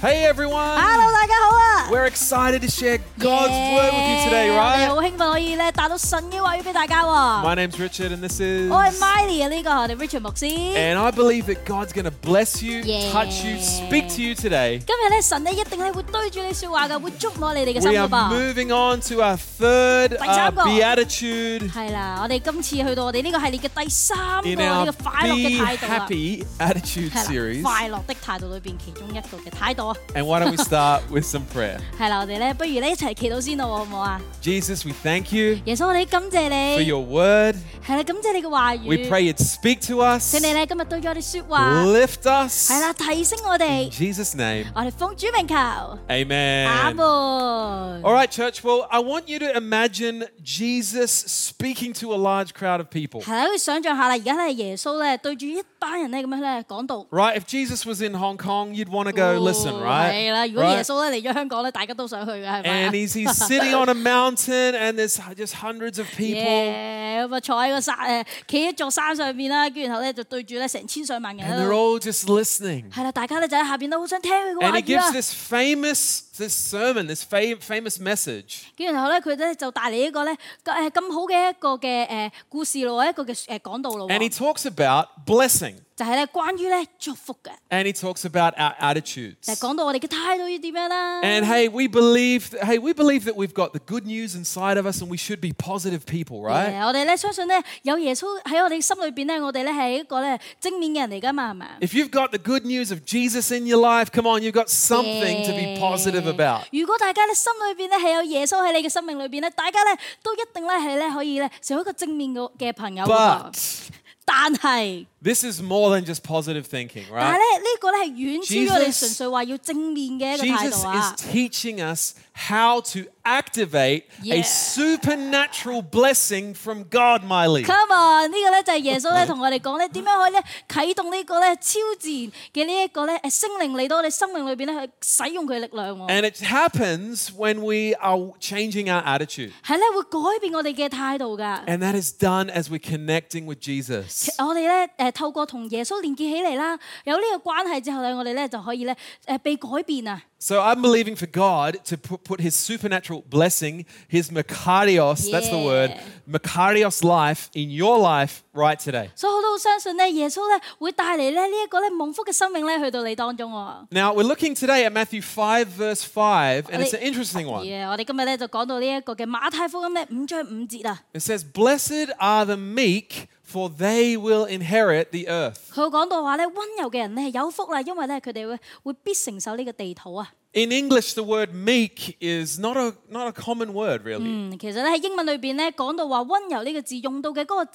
Hey everyone! Hello，大家好啊！ We're excited to share God's word with you today, 我哋 right? 好興奮可以咧帶到神嘅話語俾大家喎。 My name's Richard and this is 我係 Miley 啊，呢個係我哋 Richard 牧師。今 And I believe that God's going to bless you, Yeah. touch you, speak to you today. 日咧神咧一定咧會對住你說話嘅，會觸摸你哋嘅心 We 㗎 are 噃。 moving on to our third uh, 第三個。 beatitude 係啦，我哋今次去到我哋呢個系列嘅第三個 in 呢 our 個快樂 Be 嘅態度啦。 Happy Attitude 係 series. 啦，快樂的態度裏邊其中一個嘅態度啊。 And why don't we start with some prayer? 係啦，我哋咧不如咧一齊祈禱先咯，好唔好啊？ Jesus, we thank you 耶穌，我哋感 for 謝你， your word. 係啦，感謝你嘅話 We 語。 pray you'd speak to us, 請你咧今日對咗我哋說話， lift us. 係啦，提升我 In 哋， Jesus' name, 我哋奉主名求。阿 amen. 門 All right, church. Well, I want you to imagine Jesus speaking to a large crowd of people. 係啦，你想象下啦，而家咧耶穌咧對住一班人咧咁樣咧講道。 Right? If Jesus was in Hong Kong, you'd want to go listen, 哦係 right? 啦，如果耶 Right? 穌咧嚟咗香港咧，大家都想去嘅，And 係咪啊 he's, he's sitting on a mountain, and there's just hundreds of people, 耶咁啊，坐喺個山誒，企喺座山上面啦，跟住然後咧就對住咧成千上萬人 and 喺 they're 度。 all just listening. 係啦，大家咧就喺下邊都好啊想聽佢嘅 And 話 he 語 gives 啦。 this famous this sermon, this fa- famous message. 跟住然後咧，佢咧就帶嚟一個咧誒咁好嘅一個嘅誒故事咯，一個嘅誒講道咯 And he 喎， talks about blessing, 就係咧關於咧祝福嘅， and he talks about our 就係 attitudes. 講到我哋嘅態度要點樣啦。 And hey, we believe hey, we believe that we've got the good news inside of us and we should be positive people, right? 誒我哋咧相信咧有耶穌喺我哋心裏邊咧，我哋咧係一個咧正面嘅人嚟噶嘛，係咪啊？ If you've got the good news of Jesus in your life, come on, you've got something to be positive about. 如果大家咧心裏邊咧係有耶穌喺你嘅生命裏邊咧，大家咧都一定咧係咧可以咧成為一個正面嘅嘅朋友㗎喎。 But 但係， this is more than just positive thinking, 但 right? 係咧呢個咧係遠超於我 Jesus- 哋純粹話要正面嘅一個態 Jesus 度 is 啊！ teaching us how to activate a Yeah. supernatural blessing from God, Miley. Come on，呢個咧就係耶穌咧同我哋講咧點樣可以咧啟動呢個咧超自然嘅呢一個咧誒聖靈嚟到我哋生命裏邊咧去使用佢嘅力量喎。 And it happens when we are changing our attitude. 係咧會改變我哋嘅態度㗎。 And that is done as we're connecting with Jesus. 我哋咧誒透過同耶穌連結起嚟啦，有呢個關係之後咧，我哋咧就可以咧誒被改變啊！ So I'm believing for God to put, put his supernatural blessing, his Makarios, that's the Yeah. word, Makarios life in your life right today. 所以我都好相信咧，耶穌咧會帶嚟咧呢一個咧蒙福嘅生命咧去到你當中喎。 Now we're looking today at Matthew 5 verse 5 and it's an Oleh- interesting one. 耶！我哋今日咧就講到呢一個嘅馬太福音咧五章五節啊， It says, "Blessed are the meek, for they will inherit the earth." 佢講到話咧温柔嘅人咧有福啦，因為咧佢哋會會必承受呢個地土啊。 In English, the word meek is not a not a common word really. 嗯，其實咧喺英文裏邊咧講到話温柔呢個字用到嘅嗰、個誒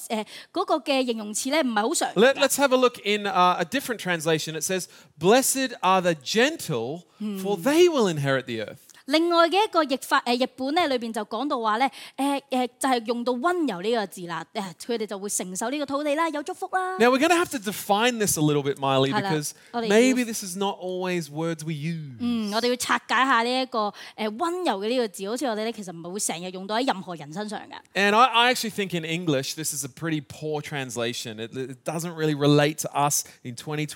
嗰、個嘅形容詞咧唔係好常見㗎。 Let, us have a look in uh, a different translation. It says, "Blessed are the gentle, for they will inherit the earth." 另外嘅一個譯法誒、呃、日本咧裏邊就講到話咧誒誒就係、用到温柔呢個字啦，誒佢哋就會承受呢個土地啦，有祝福啦。 Now we're going to have to define this a little bit, Miley, Hello. because Oh, there you maybe go. Mm. this is not always words we use. 嗯，我哋要拆解下呢、一個誒温、柔嘅呢個字，好似我哋咧其實唔係會成日用到喺任何人身上㗎。 And I, I actually think in English this is a pretty poor translation. It, it doesn't really relate to us in 2022.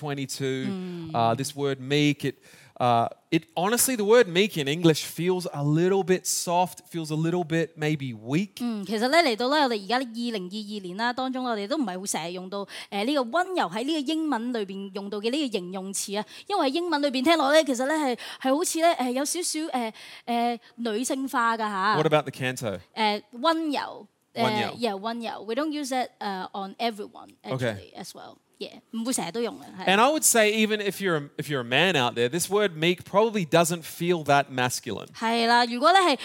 Mm. Uh, this word meek, it, uh, it honestly, the word meek in English feels a little bit soft. It feels a little bit maybe weak. 嗯，其實咧嚟到咧我哋而家二零二二年啦，當中我哋都唔係會成日用到誒呢、個温柔喺呢個英文裏邊用到嘅呢個形容詞啊，因為喺英文裏邊聽落咧其實咧係係好似咧誒有少少誒誒女性化㗎嚇。 What about the canto? 誒呃温柔，溫柔誒 yeah 温柔，we don't use that 誒 on everyone Okay. actually as well。yeah，唔會成日都用嘅，係 And I would say even if you're a, if you're a man out there, this word meek probably doesn't feel that masculine. 係啦。如果咧係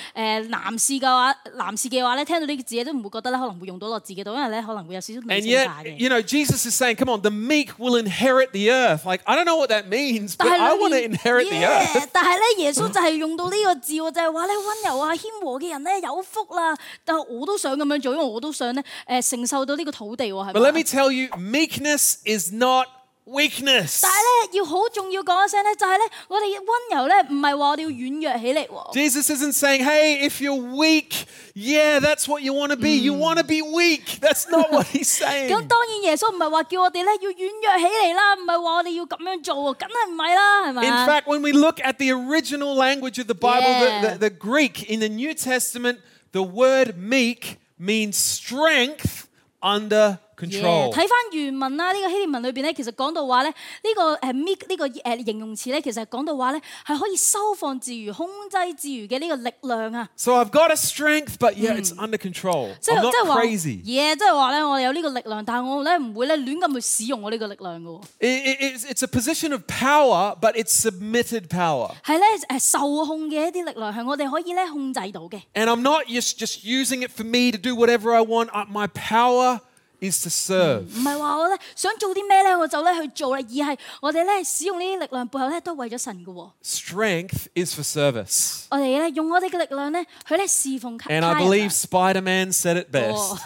誒男士嘅話，男士嘅話咧，聽到呢個字咧都唔會覺得咧可能會用到落自己度，因為咧可能會有少少女 And 性化 yet, 嘅。 you know, Jesus is saying, come on, the meek will inherit the earth. Like, I don't know what that means, but 但 I 係 want to 裏面 inherit the Yeah， earth. 但係咧，耶穌就係用到呢個字喎，就係話咧温柔啊、謙和嘅人咧有福啦。但係我都想咁樣做，因為我都想咧誒承受到呢個土地喎，係咪 But let me tell you, meekness is not weakness. 但係咧，要好重要講一聲咧，就係咧，我哋温柔咧，唔係話我哋要軟弱起嚟喎。 Jesus isn't saying, hey, if you're weak, yeah, that's what you want to be. You Mm. want to be weak. That's not what he's 咁 saying. 當然耶穌唔係話叫我哋咧要軟弱起嚟啦，唔係話我哋要咁樣做喎，梗係唔係啦，係 In 咪？ fact, when we look at the original language of the Bible, the, the, Yeah. the Greek in the New Testament, the word meek means strength under Yeah， control. 睇翻原文啦，呢、個希臘文裏邊咧，其實講到話咧，呢、個誒 meek 呢個誒形容詞咧，其實講到話咧係可以收放自如、控制自如嘅呢個力量啊。 So I've got a strength, but yeah, it's under control. 即 I'm 係 not 即係話 crazy. yeah，即係話咧，我哋有呢個力量，但係我咧唔會咧亂咁去使用我呢個力量嘅喎。 It- it- it's, it's a position of power, but it's submitted power. 係咧誒受控嘅一啲力量係我哋可以咧控制到嘅。 And I'm not just, just using it for me to do whatever I want. Uh, My power is to serve. 唔係話我咧想做啲咩咧，我就咧去做啦，而係我哋咧使用呢啲力量背後咧都係為咗神嘅喎。 Strength is for service. 我哋咧用我哋嘅力量咧，去咧侍奉他 And 他 I 人 believe 啊 Spider Man said it 哦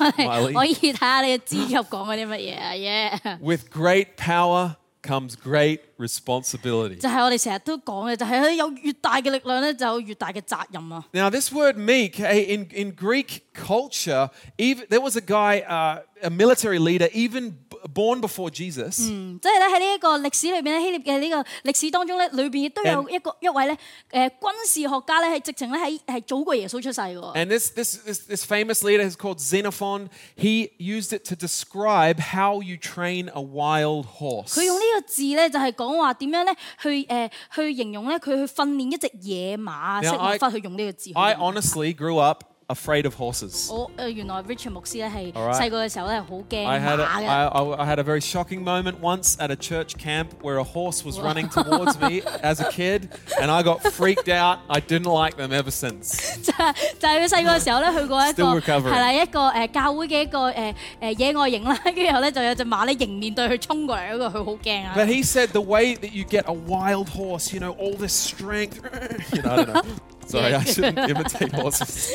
best. 可 Miley. 以睇下你嘅指甲講嗰啲乜嘢啊耶！ With great power comes great responsibility. 就係我哋成日都講嘅，就係、有越大嘅力量咧，就有越大嘅責任啊。 Now, this word meek, eh, in, in Greek culture, even, there was a guy, uh, a military leader, even b- born before Jesus. 嗯，即係咧喺呢一個歷史裏邊咧，希臘嘅呢個歷史當中咧，裏邊亦都有 And- 一個一位咧，誒、軍事學家咧係直情咧喺係早過耶穌出世嘅喎。 And this, this, this, this famous leader is called Xenophon. He used it to describe how you train a wild horse. 佢用呢個字咧，就係講話點樣咧，去誒、去形容咧，佢去訓練一隻野馬， Now, 識馬 I- 法去用呢個字。哦 I honestly grew up afraid of horses. 我誒、原來 Richard 牧師咧係 All right 細個嘅時候咧好驚 I had, a, 馬嘅。 I, I- I had a very shocking moment once at a church camp where a horse was running towards me as a kid, and I got freaked out. I didn't like them ever since. 就係 就係佢細個嘅時候咧，去過一個 Still recovering. 係啦一個誒教會嘅一個誒誒野外營啦， 跟住後咧就有隻馬咧迎面對佢衝過嚟，嗰個佢好驚啊！ But he said the way that you get a wild horse, you know, all this strength. you know, I don't know. Sorry, I shouldn't imitate horses.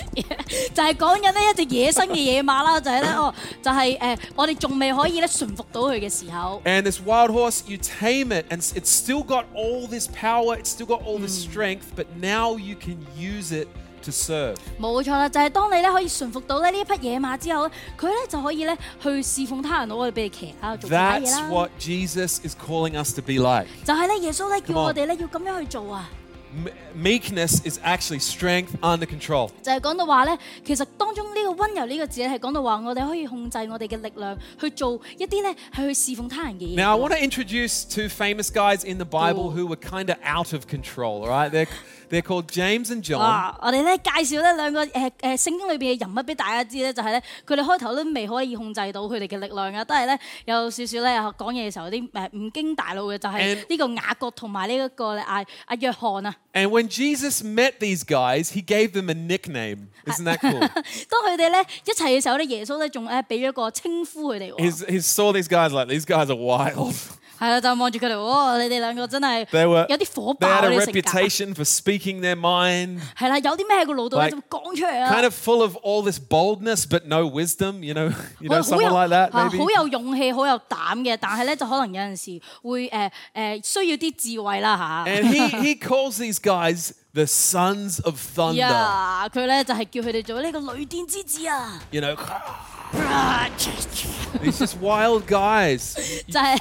就係講緊呢一隻野生嘅野馬啦，就係咧哦，就係誒我哋仲未可以咧馴服到佢嘅時 候。And this wild horse, you tame it, and s- it's still got all this power, it's still got all this strength, but now you can use it to serve. 冇錯啦，就係、當你咧可以馴服到咧呢一匹野馬之後咧，佢咧就可以咧去侍奉他人，我哋俾你騎啦，做其他嘢 That's 啦。 what Jesus is calling us to be like. 就係咧，耶穌咧叫 Come on 我哋咧要咁樣去做啊！ M- meekness is actually strength under control. 就係講到話咧，其實當中呢個温柔呢個字咧係講到話我哋可以控制我哋嘅力量去做一啲咧係去侍奉他人嘅嘢。 Now, I want to introduce two famous guys in the Bible Ooh. who were kind of out of control, all right? They're, they're called James and John. 啊哇！我哋咧介紹咧兩個誒誒、呃聖經裏邊嘅人物俾大家知咧，就係咧佢哋開頭都未可以控制到佢哋嘅力量啊，都係咧有少少咧講嘢嘅時候有啲誒唔經大腦嘅，就係、 And- 呢個雅各同埋呢一個呃阿阿約翰啊。 And when Jesus met these guys, he gave them a nickname. Isn't that cool? 當佢哋咧一齊嘅時候咧，耶穌咧仲咧呃俾咗一個稱呼佢哋喎， He's, he saw these guys like, these guys are wild. 係啦，就望住佢哋，哇！你哋兩個真係 They were- 有啲火 They 爆 had 啊 a 呢個性格。 reputation for speaking their mind, 係啦，有啲咩喺個腦度咧 Like- 就講出嚟啊 kind！of full of all this boldness but no wisdom. You know, you 我 know 好 someone 有 like that 啊 maybe. 好有勇氣、好有膽嘅，但係咧就可能有陣時會誒誒、呃需要啲智慧啦 And he he calls these guys the sons of 嚇。 thunder. 呀，佢咧就係叫佢哋做呢個雷電之子啊！ You know, these just wild guys. 就係、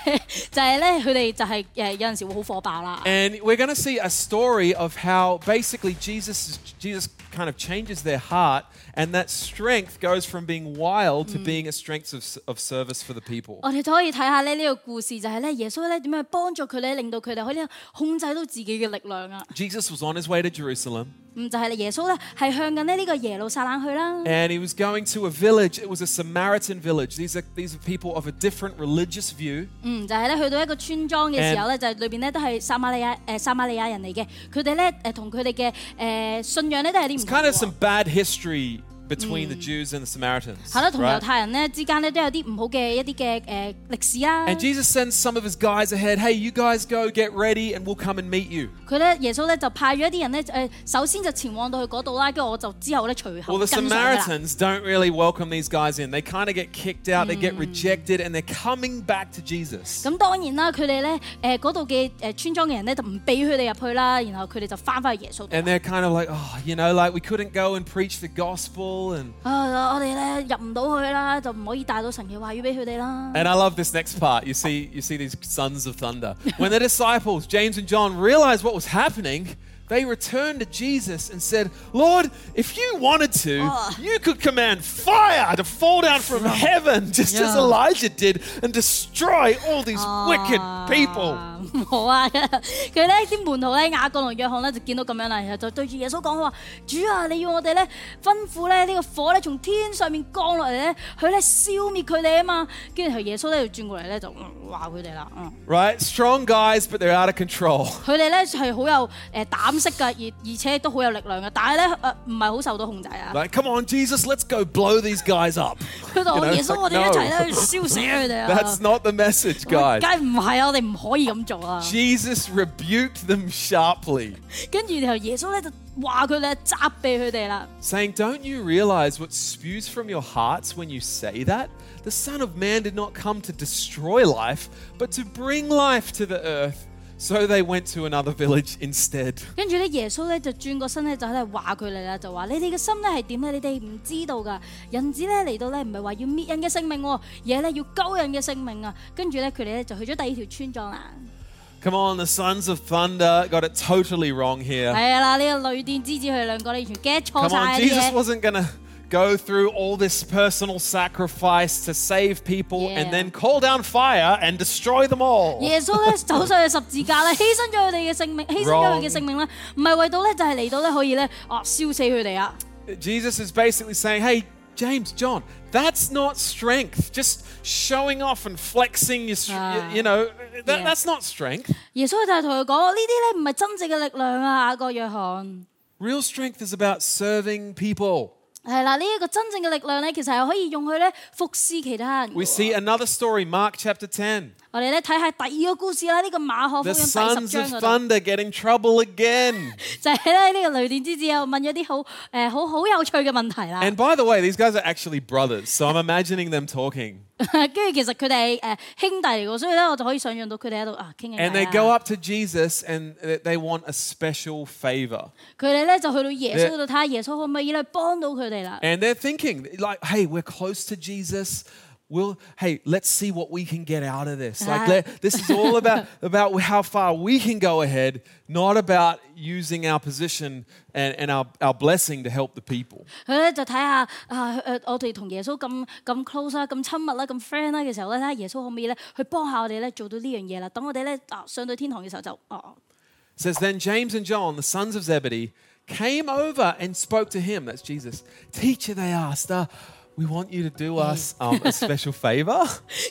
就係咧，佢哋就係、誒有陣時會好火爆啦。 And we're going to see a story of how basically Jesus is- Jesus kind of changes their heart, and that strength goes from being wild to being a strength of, s- of service for the people. 我哋就可以睇下咧呢個故事，就係咧耶穌咧點樣去幫助佢咧，令到佢哋可以咧控制到自己嘅力量啊！ Jesus was on his way to Jerusalem. 咁就係咧耶穌咧係向緊咧呢個耶路撒冷去啦。 and he was going to a village. It was a Samaritan village. These are these are people of a different religious view. 嗯，就係咧去到一個村莊嘅時候咧，就係裏邊咧都係撒瑪利亞誒、撒瑪利亞人嚟嘅，佢哋咧誒同佢哋嘅誒信仰咧都係有啲唔 It's 同 kind 嘅 of some 喎。 bad history between the Jews and the Samaritans. 係啦，同猶 right? 太人咧之間咧都有啲唔好嘅一啲嘅誒歷史啦。 And Jesus sends some of his guys ahead. Hey, you guys go get ready, and we'll come and meet you. 佢咧耶穌咧就派咗一啲人咧誒、呃首先就前往到去嗰度啦，跟住我就之後咧隨 Well, 後 the 跟上㗎啦。 Samaritans don't really welcome these guys in. They kind of get kicked out, they Mm. get rejected, and they're coming back to Jesus. 咁當然啦，佢哋咧誒嗰度嘅誒村莊嘅人咧就唔俾佢哋入去啦，然後佢哋就翻返去耶穌度 And they're kind of like, oh, you know, like we couldn't go and preach the gospel. And, 啊！我哋咧入唔到去啦，就唔可以帶到神嘅話語俾佢哋啦。 and I love this next part. You see, you see these sons of thunder. When the disciples, James and John, realized what was happening, they returned to Jesus and said, Lord, if you wanted to, Oh. you could command fire to fall down from heaven, just as Yeah. Elijah did, and destroy all these wicked Ah. people. 啊唔好啊！佢咧啲門徒咧雅各同約翰咧就見到咁樣啦，然後就對住耶穌講話：主啊，你要我哋咧吩咐咧呢個火咧從天上面降落嚟咧，佢咧消滅佢哋啊嘛。跟住耶穌咧就轉過嚟咧就嗯話佢哋啦，嗯， right? Strong guys, but they're out of control. 佢哋咧係好有誒膽識㗎，而而且都好有力量嘅，但係咧誒唔係好受到控制啊。 Like, come on, Jesus, let's go blow these guys up. 佢同 You 我 know, 耶穌，我哋 like, 一齊 no. 咧燒死佢哋啊！ That's not the message, 梗 guys. 係唔係啊！我哋唔可以咁做啊！ Jesus rebuked them sharply, 跟住然後耶穌咧就話佢咧責備佢哋啦。 saying, Don't you realize what spews from your hearts when you say that? The Son of Man did not come to destroy life, but to bring life to the earth. So they went to another village instead. 跟住咧，耶穌咧就轉個身咧，就喺度話佢哋啦，就話：你哋嘅心咧係點咧？你哋唔知道噶。人子咧嚟到咧，唔係話要滅人嘅性命喎，而係咧要救人嘅性命啊！跟住咧，佢哋咧就去咗第二條村莊啦。 Come on, the sons of thunder got it totally wrong here. 係啦，哎呢個雷電之子佢哋兩個咧完全 get 錯 Come 晒 on, 啲 Jesus 嘢。 wasn't going to go through all this personal sacrifice to save people Yeah. and then call down fire and destroy them all. 耶穌咧走上去十字架咧，犧牲咗佢哋嘅性命，犧牲咗佢 Wrong 嘅性命啦，唔係為到咧就係嚟到咧可以咧啊燒死佢哋啊！ Jesus is basically saying, hey, James, John, that's not strength. Just showing off and flexing your, str- Ah. you know, that, Yeah. that's not strength. 耶穌就係同佢講：呢啲咧唔係真正嘅力量啊，雅各約翰。 Real strength is about serving people. 係啦，呢、一個真正嘅力量咧，其實係可以用去咧服侍其他人嘅 We 喎。 see another story, Mark chapter 10. 我哋咧睇下第二個故事啦，呢、個馬可福 The 音第十 sons of 章嗰度， thunder get in trouble again. 就係咧呢個雷電之子又問咗啲好誒好好有趣嘅問題啦。 And by the way, these guys are actually brothers, so I'm imagining them talking. 跟住其實佢哋係誒兄弟嚟嘅，所以咧我就可以想象到佢哋喺度啊傾緊 And they go 偈啊 up to Jesus and th- they want a special favor. 佢哋咧就去到耶穌嗰度睇下耶穌可唔可以咧幫到佢哋啦。 And they're thinking, like, hey, we're close to Jesus. We'll, hey, let's see what we can get out of this. Like, Ah. let, this is all about, about how far we can go ahead, not about using our position and, and our, our blessing to help the people. 佢咧就睇下啊誒，我哋同耶穌咁咁 close 啊啦，咁親密啦，咁 friend 啦嘅時候咧，睇下耶穌可唔可以咧去幫下我哋咧做到呢樣嘢啦。等我哋咧啊上到天堂嘅時候就哦。哦 It says, Then James and John, the sons of Zebedee, came over and spoke to him. That's Jesus. Teacher, they asked, uh, we want you to do us um, a special favor.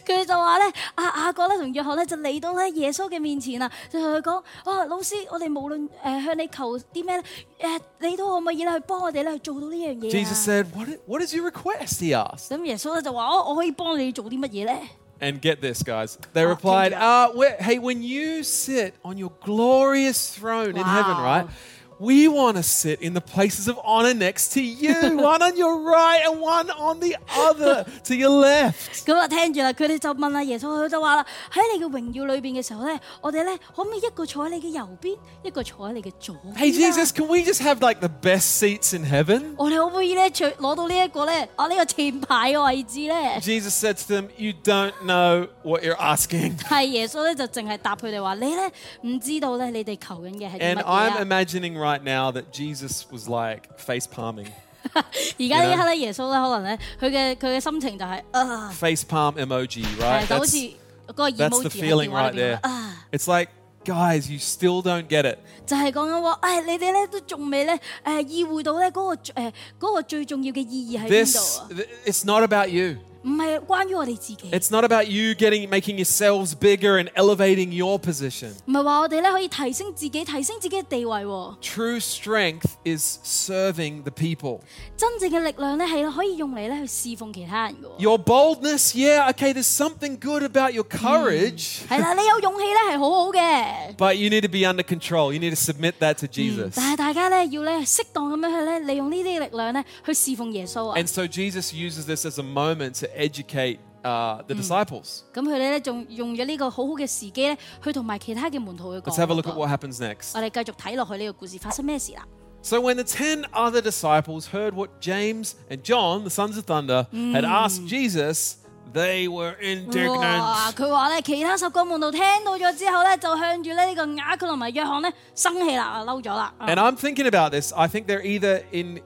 佢哋就話咧，阿雅各咧同約翰咧就嚟到咧耶穌嘅面前啊，就同佢講：哇，老師，我哋無論誒、呃向你求啲咩咧，誒、你都可唔可以咧去幫我哋咧去做到呢樣嘢 Jesus 啊？ said, what, i- what is your request? He asked. 咁耶穌咧就話：哦我我可以幫你做啲乜嘢咧？ And get this, guys. They Oh, replied, Kendra. uh, we- Hey, when you sit on your glorious throne in heaven, Wow. right? We want to sit in the places of honor next to you, one on your right and one on the other to your left. 咁啊，聽住啦，佢哋就問阿耶穌，佢就話啦：喺你嘅榮耀裏邊嘅時候咧，我哋咧可唔可以一個坐喺你嘅右邊，一個坐喺你嘅左邊啊 Hey, Jesus, can we just have like the best seats in heaven? 我哋可唔可以咧取攞到呢、一個咧啊呢、個前排嘅位置咧？ Jesus said to them, You don't know what you're asking. 係耶穌咧就淨係答佢哋話：你咧唔知道咧，你哋求緊嘅係啲 And 乜嘢 I'm 啊 imagining right now that Jesus was like face palming. 而家呢一刻咧，耶穌咧可能咧佢嘅佢嘅心情就係、啊， Face palm emoji, 係 right? 就好 That's, 似嗰個 that's the emoji 喺 feeling 電話 right 裏 there. 邊啊， It's like, guys, you still don't get it. 就係講緊話，誒、哎你哋咧都仲未咧誒意會到咧嗰、個誒嗰、個最重要嘅意義喺邊 This, 度啊！ th- it's not about you. 唔係關於我哋自己， It's not about you getting making yourselves bigger and elevating your position. 唔係話我哋咧可以提升自己、提升自己嘅地位喎。 True strength is serving the people. 真正嘅力量咧係可以用嚟咧去侍奉其他人嘅喎。 Your boldness, yeah, okay, there's something good about your courage, 係啦，你有勇氣咧係好好嘅， but you need to be under control. You need to submit that to Hmm, Jesus. 但係大家咧要咧適當咁樣去咧利用呢啲力量咧去侍奉耶穌啊。 And so Jesus uses this as a moment to educate uh, Hmm. the disciples. 咁佢哋咧仲用咗呢個好好嘅時機咧，去同埋其他嘅門徒去 Let's have a look at 講。 what happens next. 我哋繼續睇落去呢個故事發生咩事啦。 So when the ten other disciples heard what James and John, the sons of thunder, had asked Jesus, they were indignant. 哇！佢話咧，其他十個門徒聽到咗之後咧，就向住咧呢個雅各同埋約翰咧生氣啦，啊嬲咗啦。啊 And I'm thinking about this. I think they're either in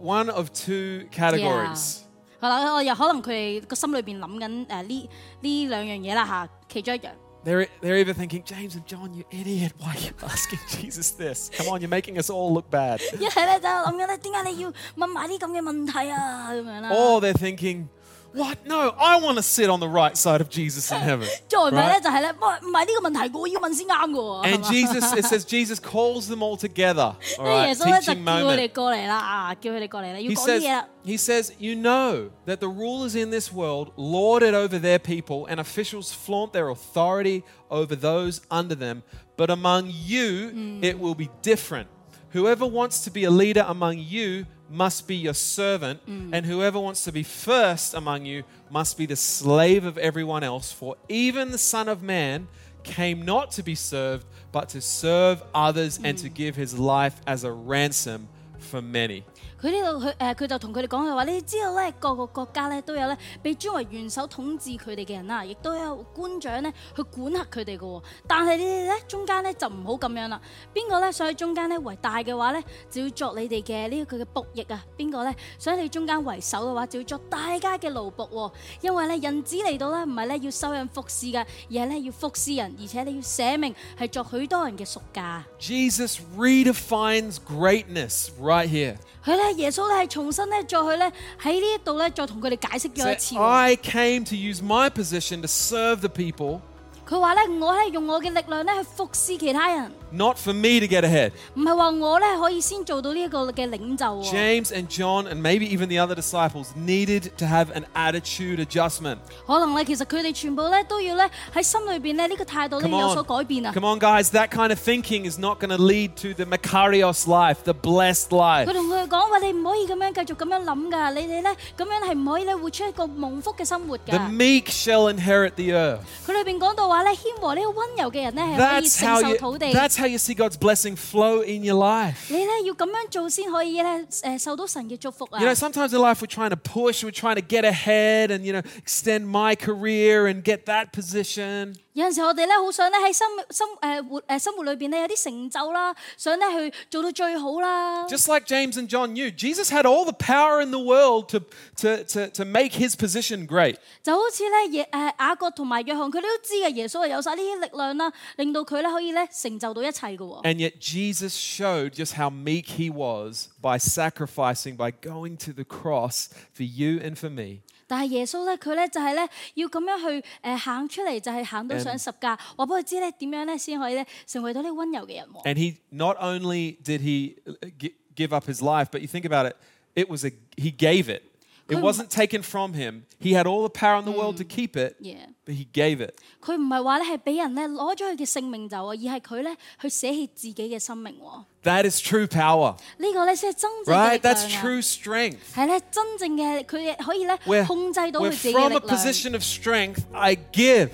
one of two categories. 係啦，我又可能佢哋個心裏邊諗緊誒呢呢兩樣嘢啦嚇，其中一樣 They're, they're either thinking, James and John, you idiot, why are you asking Jesus this? Come on, you're making us all look bad. 一係咧就諗緊咧點解你要問埋啲咁嘅問題啊咁樣啦。 Or they're thinking, what? No, I want to sit on the right side of Jesus in heaven. 再唔係咧 Right? 就係咧，喂唔係呢個問題，我要問先啱嘅喎。係 And 嘛 Jesus, it says Jesus calls them all together. All 跟住 right, 耶穌咧就叫 teaching 佢 moment. 哋過嚟啦，啊叫佢哋過嚟啦，要 He 講啲嘢啦 says,。he says, You know that the rulers in this world lord it over their people, and officials flaunt their authority over those under them. But among you, it will be different. Whoever wants to be a leader among you must be your servant, and whoever wants to be first among you must be the slave of everyone else. For even the Son of Man came not to be served, but to serve others and to give his life as a ransom for many. 佢呢度佢誒佢就同佢哋講嘅話，你知道咧各個國家咧都有咧被尊為元首統治佢哋嘅人啊啦，亦都有官長咧去管轄佢哋嘅喎。但係你哋咧中間咧就唔好咁樣啦。邊個咧想喺中間咧為大嘅話咧，就要作你哋嘅呢一個嘅仆役啊。邊個咧想喺你中間為首嘅話，就要作大家嘅奴仆喎。因為咧人子嚟到咧唔係咧要收養服侍嘅，而係咧要服侍人，而且你要捨命係作許多人嘅贖價。 Jesus redefines greatness right here. 佢咧，耶穌咧係重新咧再去咧喺呢一度咧再同佢哋解釋咗一次 So 喎。 I came to use my position to serve the people, 佢話咧，我咧用我嘅力量咧去服侍其他人， not for me to get ahead. 唔係話我咧可以先做到呢一個嘅領袖喎。 James and John, and maybe even the other disciples, needed to have an attitude adjustment. 可能咧，其實佢哋全部咧都要咧喺心裏邊咧呢個態度咧 Come 有所 on. 改變啊。 Come on, guys. That kind of thinking is not going to lead to the Makarios life, the blessed 佢 life. 同佢哋講話，你唔可以咁樣繼續咁樣諗㗎，你哋咧咁樣係唔可以咧活出一個蒙福嘅生活 The 㗎。 meek shall inherit the earth. 佢裏邊講到話咧，謙和呢個温柔嘅人咧係可以 That's how 承受 you, 土地， that's how you see God's blessing flow in your life. 你咧要咁樣做先可以咧誒受到神嘅祝福啊 You。know, sometimes in life we're trying to push, we're trying to get ahead and, you know, extend my career and get that position. 有陣時我哋咧好想咧喺生生誒活誒生活裏邊咧有啲成就啦，想咧去做到最好啦。 Just like James and John knew, Jesus had all the power in the world to, to, to, to make his position great. 就好似咧耶誒雅各同埋約翰，佢哋都知嘅耶穌係有晒呢啲力量啦，令到佢咧可以咧成就到一切嘅喎。 And yet Jesus showed just how meek he was by sacrificing, by going to the cross for you and for me. 但係耶穌咧，佢咧就係咧要咁樣去誒行出嚟，就係行到上 And- 十架，話俾佢知咧點樣咧先可以咧成為到呢温柔嘅人喎。 And he not only did he uh, gi- give up his life, but you think about it, it was a he gave it. It Couldn't- wasn't taken from him. He had all the power in the world to keep it, Yeah. but he gave it. 佢唔係話咧係俾人咧攞咗佢嘅性命就啊，而係佢咧去捨棄自己嘅生命喎。 That is true power, 呢個咧先係真正嘅 right? 力量 That's 啊 true strength. 係咧，真正嘅佢哋可以咧 Where, 控制到佢 where 自己嘅 from a 力量， position of strength, I give.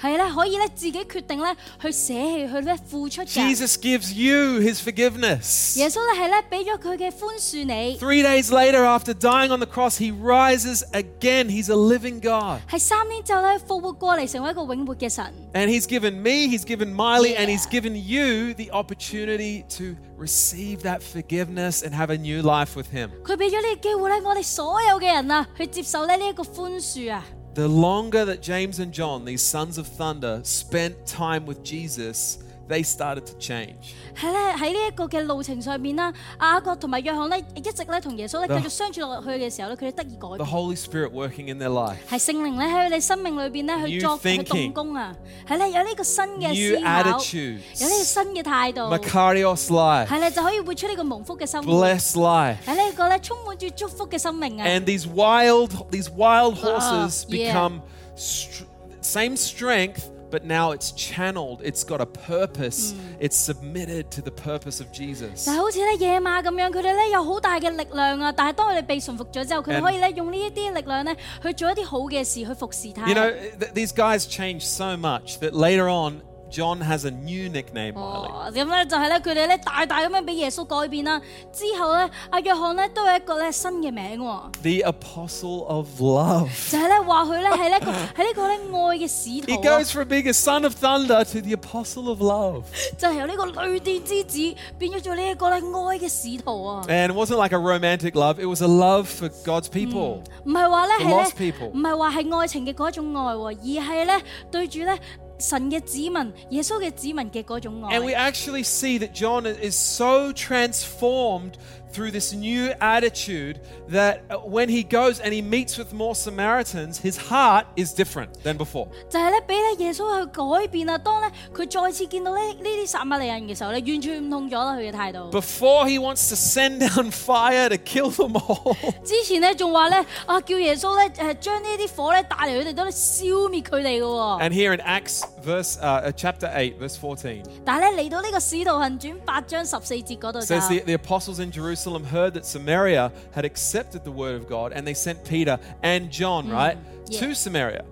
係咧可以咧自己決定咧去捨棄去咧付出嘅。 Jesus gives you his forgiveness. 耶穌咧係咧俾咗佢嘅寬恕你， Three days later, after dying on the cross, he rises again. He's a living God. 係三年之後咧復活過嚟成為一個永活嘅神。 And he's given me, he's given Miley, and he's Yeah. given you the opportunity to receive that forgiveness and have a new life with him. 佢俾咗呢個機會咧，我哋所有嘅人啊，去接受咧呢一個寬恕啊。 The longer that James and John, these sons of thunder, spent time with Jesus, they started to change. 喺咧喺呢一個嘅路程上面啦，雅各同埋約翰咧一直咧同耶穌咧 The- 繼續相處落去嘅時候咧，佢哋得以改 The 變。 Holy Spirit working in their life, 係聖靈咧喺佢哋生命裏邊咧 New 去作去 thinking 動工啊！係咧有呢個新嘅 new 思考，有呢個 attitudes, 新嘅態度， Makarios life, 係咧就可以活出呢個蒙福嘅生活， blessed life. 喺呢一個咧充滿住祝福嘅生命啊！ And Oh, these wild, these wild horses Ah, yeah. become str- same strength, but now it's channeled. It's got a purpose. It's submitted to the purpose of Jesus. 就係好似咧野馬咁樣，佢哋咧有好大嘅力量啊！但係當佢哋被馴服咗之後，佢 And- 哋可以咧用呢一啲力量咧去做一啲好嘅事，去服侍他 You 人。 know, th- these guys changed so much that later on, John has a new nickname, Miley. 哦，咁咧就係咧，佢哋咧大大咁樣俾耶穌改變啦。之後咧，阿約翰咧都有一個咧新嘅名喎， The Apostle of Love. 就係咧話佢咧係 呢個係呢個咧愛嘅使 He 徒啊 goes from being a son of thunder to the Apostle of Love. 就係由呢個雷電之子變咗做呢一個咧愛嘅使徒啊！ And it wasn't like a romantic love, it was a love for God's people. 唔係話咧 The 係 lost 咧 people，唔係話係愛情嘅嗰一種愛喎，而係咧對住咧神嘅子民、耶穌嘅子民嘅嗰種愛 And。we actually see that John is so transformed through this new attitude that uh, when he goes and he meets with more Samaritans, his heart is different than before. 就係咧，俾咧耶穌去改變啊！當咧佢再次見到咧呢啲撒瑪利亞人嘅時候咧，完全唔同咗啦佢嘅態度。 Before he wants to send down fire to kill them all. 之前咧仲話咧啊，叫耶穌咧誒將呢啲火咧帶嚟佢哋都嚟消滅佢哋嘅喎。 And here in Acts verse uh, uh, chapter 8 verse 14但係咧嚟到呢個《使徒行傳》八章十四節嗰度 says the, 就 the apostles in Jerusalem heard that Samaria had accepted the word of God and they sent Peter and John, right, yeah. to Samaria.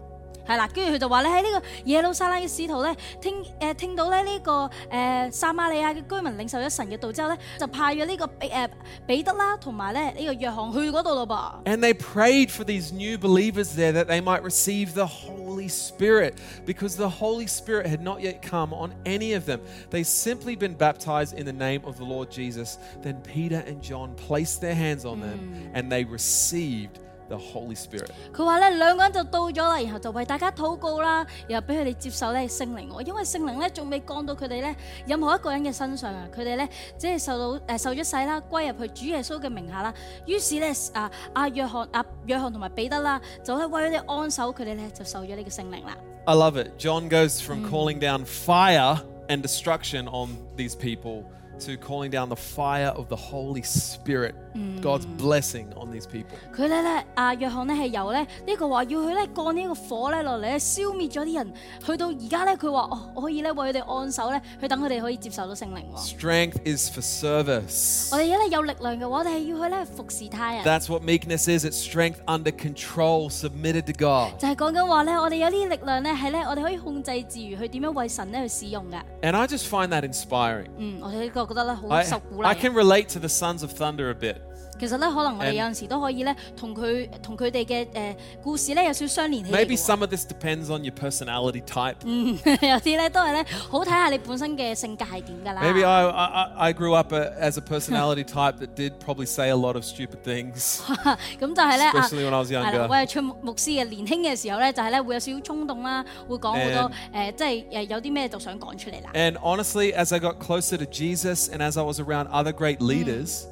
係啦，跟住佢就話咧喺呢個耶路撒冷嘅使徒咧聽誒、呃、聽到咧呢、個誒撒瑪利亞嘅居民領受咗神嘅道之後咧，就派咗呢個彼誒、呃彼得啦同埋咧呢個約翰去嗰度咯噃。 And they prayed for these new believers there that they might receive the Holy Spirit because the Holy Spirit had not yet come on any of them. They simply been baptized in the name of the Lord Jesus. Then Peter and John placed their hands on them and they received the Holy Spirit. 佢話咧兩個人就到咗啦，然後就為大家禱告啦，然後俾佢哋接受咧聖靈喎，因為聖靈咧仲未降到佢哋咧任何一個人嘅身上啊，佢哋咧只係受到誒、呃受咗洗啦，歸入去主耶穌嘅名下啦。於是咧啊阿約翰啊約翰同埋彼得啦，就係為佢哋安守，佢哋咧就受咗呢個聖靈啦。 I love it. John goes from calling down fire and destruction on these people to calling down the fire of the Holy Spirit, God's blessing on these people. 佢咧咧阿約翰咧係由咧呢個話要佢咧降呢個火咧落嚟咧消滅咗啲人，去到而家咧佢話哦我可以咧為佢哋安守咧，去等佢哋可以接受到聖靈喎。 Strength is for service. 我哋咧有力量嘅話，我哋係要去咧服侍他人。 That's what meekness is. It's strength under control, submitted to God. 就係講緊話咧，我哋有啲力量咧，係咧，我哋可以控制自如去點樣為神咧去使用噶。 And I just find that inspiring. 嗯，我哋呢個覺得咧好 I, 受鼓 I 勵 can 啊。 relate to the sons of thunder a bit. 其實咧，可能我 And- 哋有陣時都可以咧，同佢同佢哋嘅誒故事咧有少少相連起嚟 Maybe 嘅 some of this depends on your personality type. 喎。 有啲咧都係咧，好睇下你本身嘅性格係點㗎 Maybe 啦。 I, I, I- I grew up a, as a personality type that did probably say a lot of stupid things. 咁就係咧啊 Especially when I was，younger 係啦，我係出牧牧師嘅年輕嘅時候咧，就係咧會有少少衝動啦，會講好 And- 多誒，即係誒有啲咩就想講出嚟啦。 And honestly, as I got closer to Jesus and as I was around other great leaders,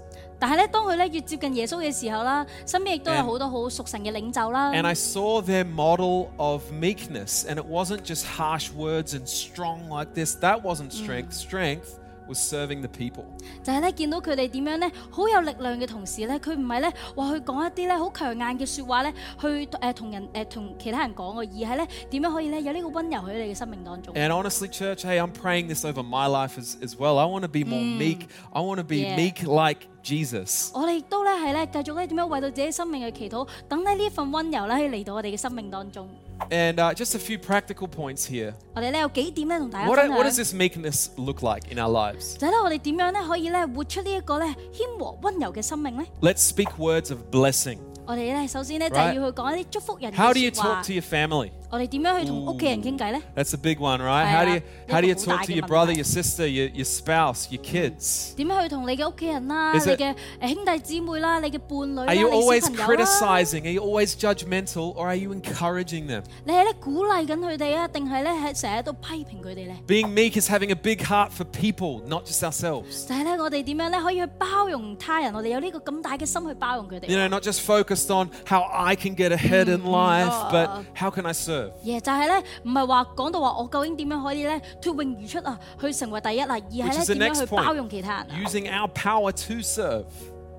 但係咧，當佢咧越接近耶穌嘅時候啦，身邊亦都有 And- 好多好屬神嘅領袖啦。 and I saw their model of meekness, and it wasn't just harsh words and strong like this. That wasn't strength. Strength was serving the people. 就係咧見到佢哋點樣咧好有力量嘅同時咧，佢唔係咧話去講一啲咧好強硬嘅説話咧，去誒同、人誒同、其他人講嘅，而係咧點樣可以咧有呢個温柔喺你嘅生命當中。 And honestly, church, hey, I'm praying this over my life as, as well. I want to be more meek. I want to be Yeah. meek like Jesus. 我哋亦都咧係咧繼續咧點樣為到自己生命去祈禱，等咧呢一份温柔咧可以嚟到我哋嘅生命當中。 And uh, just a few practical points here. 我哋咧有幾點咧同大家 What, 分 what does 享， this meekness look like in our lives? 就係咧我哋點樣咧可以咧活出呢一個咧謙和温柔嘅生命咧。 Let's speak words of blessing. 我哋咧首先咧就 Right. 係要去講一啲祝福人 How do you 嘅説話 talk to。your family? 我哋點樣去同屋企人傾偈咧？ That's a big one, right? How do you Yeah. how do you Yeah. talk to your Yeah. brother, your sister, your, your spouse, your kids? 點樣去同你嘅屋企人啦、你 Is it- 嘅誒兄弟姊妹啦、你嘅伴侶啦、 Are 你 you always 小朋友啦？ criticizing? Are you always judgmental or are you encouraging them? 你係咧鼓勵緊佢哋啊，定係咧係成日都批評佢哋咧？ Being meek is having a big heart for people, not just ourselves. 就係咧，我哋點樣咧可以去包容他人？我哋有呢個咁大嘅心去包容佢 You 哋。 know, not just focused on how I can get ahead in life, but how can I serve? 嘢就係咧，唔係話講到話我究竟點樣可以咧脱穎而出啊，去成為第一啊，而係 Which is the 咧點 next 樣去 point. 包容其他人啊， Using our power to serve.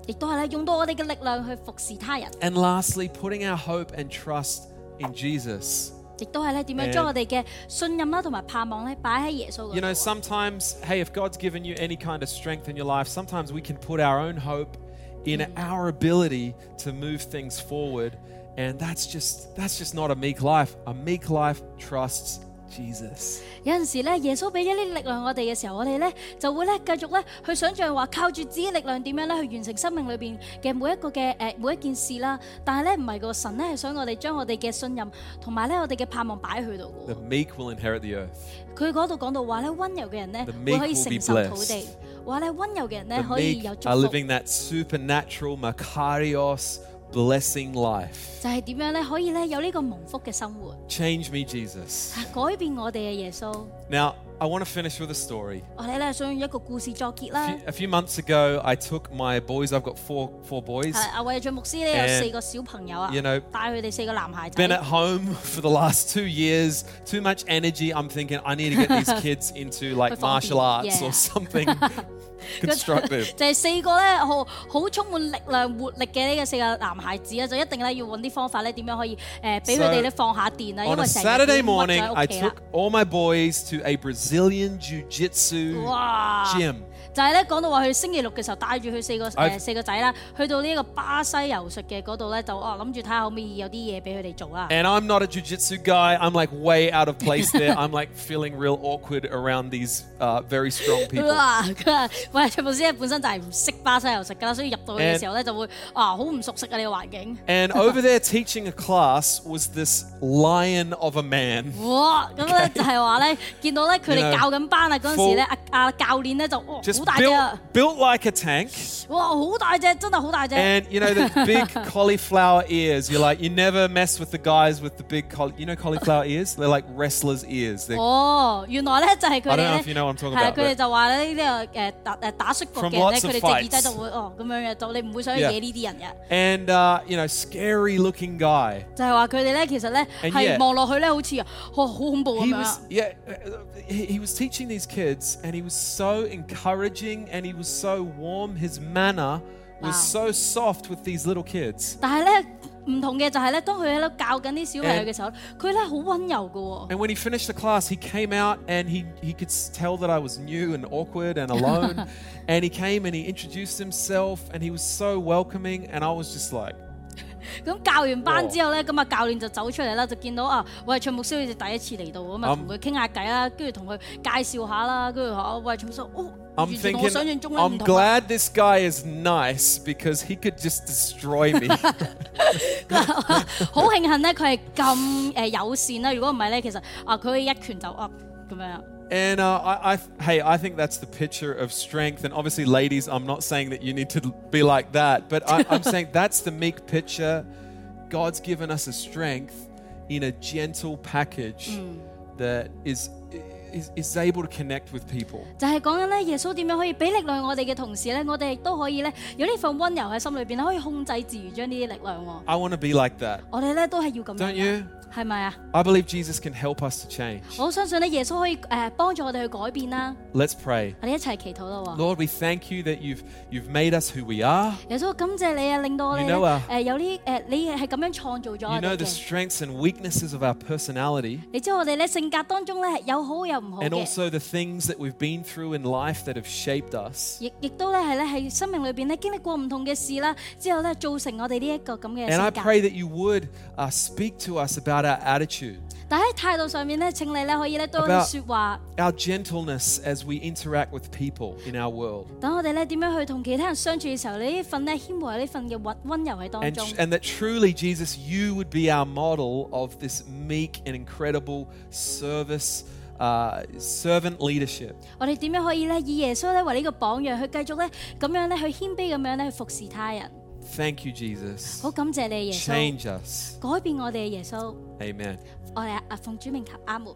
亦都係咧用到我哋嘅力量去服侍他人， And lastly, putting our hope and trust in Jesus. 亦都係咧點 And- 樣將我哋嘅信任啦啊同埋盼望咧擺喺耶穌嗰 You know, 度啊。 sometimes, hey, if God's given you any kind of strength in your life, sometimes we can put our own hope in our ability to move things forward, and that's just that's just not a meek life. A meek life trusts Jesus. 有陣時咧，耶穌俾咗呢啲力量我哋嘅時候，我哋咧就會咧繼續咧去想像話靠住自己力量點樣咧去完成生命裏邊嘅每一個嘅誒、呃每一件事啦。但係咧唔係個神咧係想我哋將我哋嘅信任同埋咧我哋嘅盼望擺喺佢度 The meek will inherit the earth. 嘅喎。佢嗰度講到話咧温柔嘅人咧 The meek 會可以承受 will be 土 blessed. 地，話咧温柔嘅人咧 The 可以有 meek 祝 are 福， living that supernatural makarios blessing life. 就係點樣咧可以咧有呢個蒙福嘅生活， Change me, Jesus. 改變我哋嘅耶穌。 Now, I want to finish with a story. 我哋咧想用一個故事作結 A 啦 few,。a few months ago, I took my boys. I've got four four boys. 係阿偉俊牧師咧有 And- 四個小朋友啊， You know- 帶佢哋四個男孩仔 been。at home for the last two years, too much energy. I'm thinking I need to get these kids into like Performing, martial arts yeah. or something constructive. 就係四個咧，好好充滿力量、活力嘅呢個四個男孩子啊，就一定咧要揾啲方法咧，點樣可以誒俾佢哋咧 So, 放下電啊，因 On 為 a 成日都 Saturday 屈 morning, 咗喺 I 屋企啦 took。all my boys to a Brazilian Jiu Jitsu 哇！ gym. 就係咧講到話佢星期六嘅時候帶住佢四個誒、 I've- 四個仔啦，去到呢一個巴西柔術嘅嗰度咧，就哦諗住睇下可唔可以有啲嘢俾佢哋做啊啦。 And I'm not a Jiu Jitsu guy. I'm like way out of place there. I'm like feeling real awkward around these uh, very strong people. 哇！佢話：喂，卓牧師咧本身就係唔識巴西柔術㗎啦，所以入到去 And- 嘅時候咧就會啊好唔熟悉啊呢個環境。 And over there teaching a class was this lion of a man. 哇！咁咧就係話咧，見到咧佢 You know，哋教緊班啊嗰陣時咧， full- 阿阿教練咧就哇 Just 好大隻啊 built,！built like a tank. 哇，好大隻，真係好大隻。 And you know the big cauliflower ears. You're like you never mess with the guys with the big cauli- you know cauliflower ears. They're like wrestlers' ears. Oh. They're 哦，原來咧就係佢 I don't know 哋 if 咧 you know what I'm talking，about, 係啊佢 but- 哋就話咧呢個誒呃打誒打摔角嘅 From 人咧， lots of 佢哋隻耳仔 fights 就會哦咁樣嘅，就你唔會想去 Yeah 惹呢啲人嘅。 and uh, you know scary looking guy. 就係話佢哋咧其實咧 And 係 yet- 望落去咧好似啊，哇好恐怖 He 咁樣 was 啊。 yeah uh, he, he was teaching these kids and he was so encouraging and he was so warm. His manner was so Wow. soft with these little kids. 但係咧唔同嘅就係咧，當佢喺度教緊啲小朋友嘅時候，佢咧好温柔嘅喎。 And when he finished the class, he came out and he, he could s- tell that I was new and awkward and alone. and he came and he introduced himself and he was so welcoming. And I was just like, 咁教完班哇之後咧，咁啊教練就走出嚟啦，就見到啊，喂，卓牧師你哋第一次嚟到，咁啊嗯同佢傾下偈啦，跟住同佢介紹下啦，跟住話喂，卓牧師，哦， I'm 完全同我 thinking, 想象中咧 I'm 唔同啊。 glad this guy is nice because he could just destroy me. 好慶幸咧，佢係咁誒友善啦。如果唔係咧，其實啊，佢一拳就噏咁樣。 and uh, I, I, hey, I think that's the picture of strength. And obviously, ladies, I'm not saying that you need to be like that, but I, I'm saying that's the meek picture. God's given us a strength in a gentle package that is, is, is able to connect with people. 就係講緊咧，耶穌點樣可以俾力量我哋嘅同時咧，我哋亦都可以咧有呢份温柔喺心裏邊咧，可以控制自如將呢啲力量喎。 I want to be like that. 我哋咧都係要咁 Don't 樣 you? 嘅，係咪啊？ I believe Jesus can help us to change. 我好相信咧，耶穌可以誒、呃、幫助我哋去改變啦。 Let's pray. 我哋一齊祈禱啦喎。 Lord, we thank you that you've, you've made us who we are. 耶穌，感謝你啊，令到我哋 You know 咧 our- 誒有呢誒，你係咁樣創造咗 You 我 know 哋 the 嘅。 strengths and weaknesses of our personality. 你知我哋咧性格當中咧有好有唔唔好 and 嘅。 also the things that we've been through in life that have shaped us. 亦亦都咧係咧喺生命裏邊咧經歷過唔同嘅事啦，之後咧造成我哋呢一個咁嘅 And I 性格。 pray that you would uh, speak to us about our attitude, 但喺態度上面咧，請你咧可以咧多啲 About- 説話， our gentleness as we interact with people in our world, 等我哋咧點樣去同其他人相處嘅時候，你呢份咧謙和呢份嘅温温柔喺當 and, 中 tr-。and that truly, Jesus, you would be our model of this meek and incredible service, uh, servant leadership. 我哋點樣可以咧以耶穌咧為呢個榜樣去繼續咧咁樣咧去謙卑咁樣咧去服侍他人？ Thank you, Jesus. 好感謝你耶穌， Change us. 改變我哋嘅耶穌。 Amen. 我哋阿奉主名求阿門。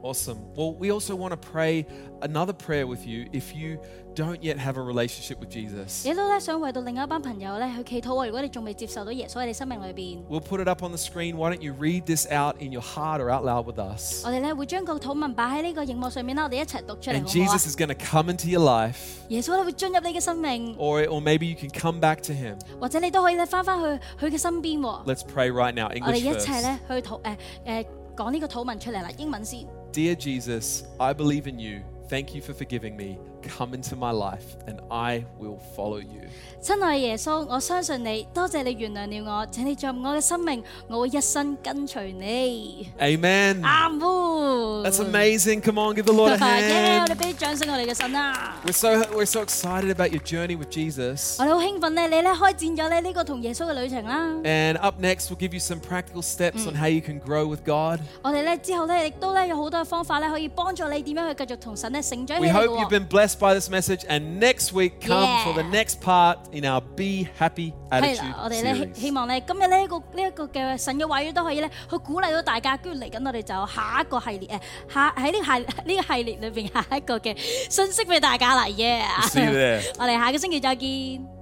Awesome. Well, we also want to pray another prayer with you if you don't yet have a relationship with Jesus. 亦都咧想為到另一班朋友咧去祈禱喎。如果你仲未接受到耶穌喺你生命裏邊， We'll put it up on the screen. Why don't you read this out in your heart or out loud with us? 我哋咧會將個禱文擺喺呢個熒幕上面啦，我哋一齊讀出嚟 And 好唔好啊 Jesus？is going to come into your life, 耶穌咧會進入你嘅生命， or, or maybe you can come back to him. 或者你都可以咧翻翻去佢嘅身邊喎。我 Let's pray right now. 哋 English 一齊 first. 咧去禱誒誒講呢個禱文出嚟啦，英文先。 Dear Jesus, I believe in you. Thank you for forgiving me. Come into my life, and I will follow you. 親愛耶穌，我相信你，多謝你原諒了我，請你進入我嘅生命，我會一生跟隨你。 Amen. 阿門。Hmm。 That's amazing. Come on, give the Lord a 耶！我 hand. 哋俾啲掌聲我哋嘅神啊！ We're so we're so excited about your journey with Jesus. 我哋好興奮咧，你咧開展咗咧呢個同耶穌嘅旅程啦。 And up next, we'll give you some practical steps on how you can grow with God. 我哋咧之後咧亦都咧有好多嘅方法咧可以幫助你點樣去繼續同神咧成長起 We 嚟嘅 hope you've 喎。 been blessed by this message. And next week, come Yeah. oh, for the next part in our Be Happy 係啦 Attitude，我哋咧希希 series. 望咧今日呢一個呢一個嘅神嘅話語都可以咧去鼓勵到大家，跟住嚟緊我哋就有下一個系列誒下喺呢個系呢個系列裏邊下一個嘅信息俾大家啦，耶、 See you there. 我哋下個星期再見。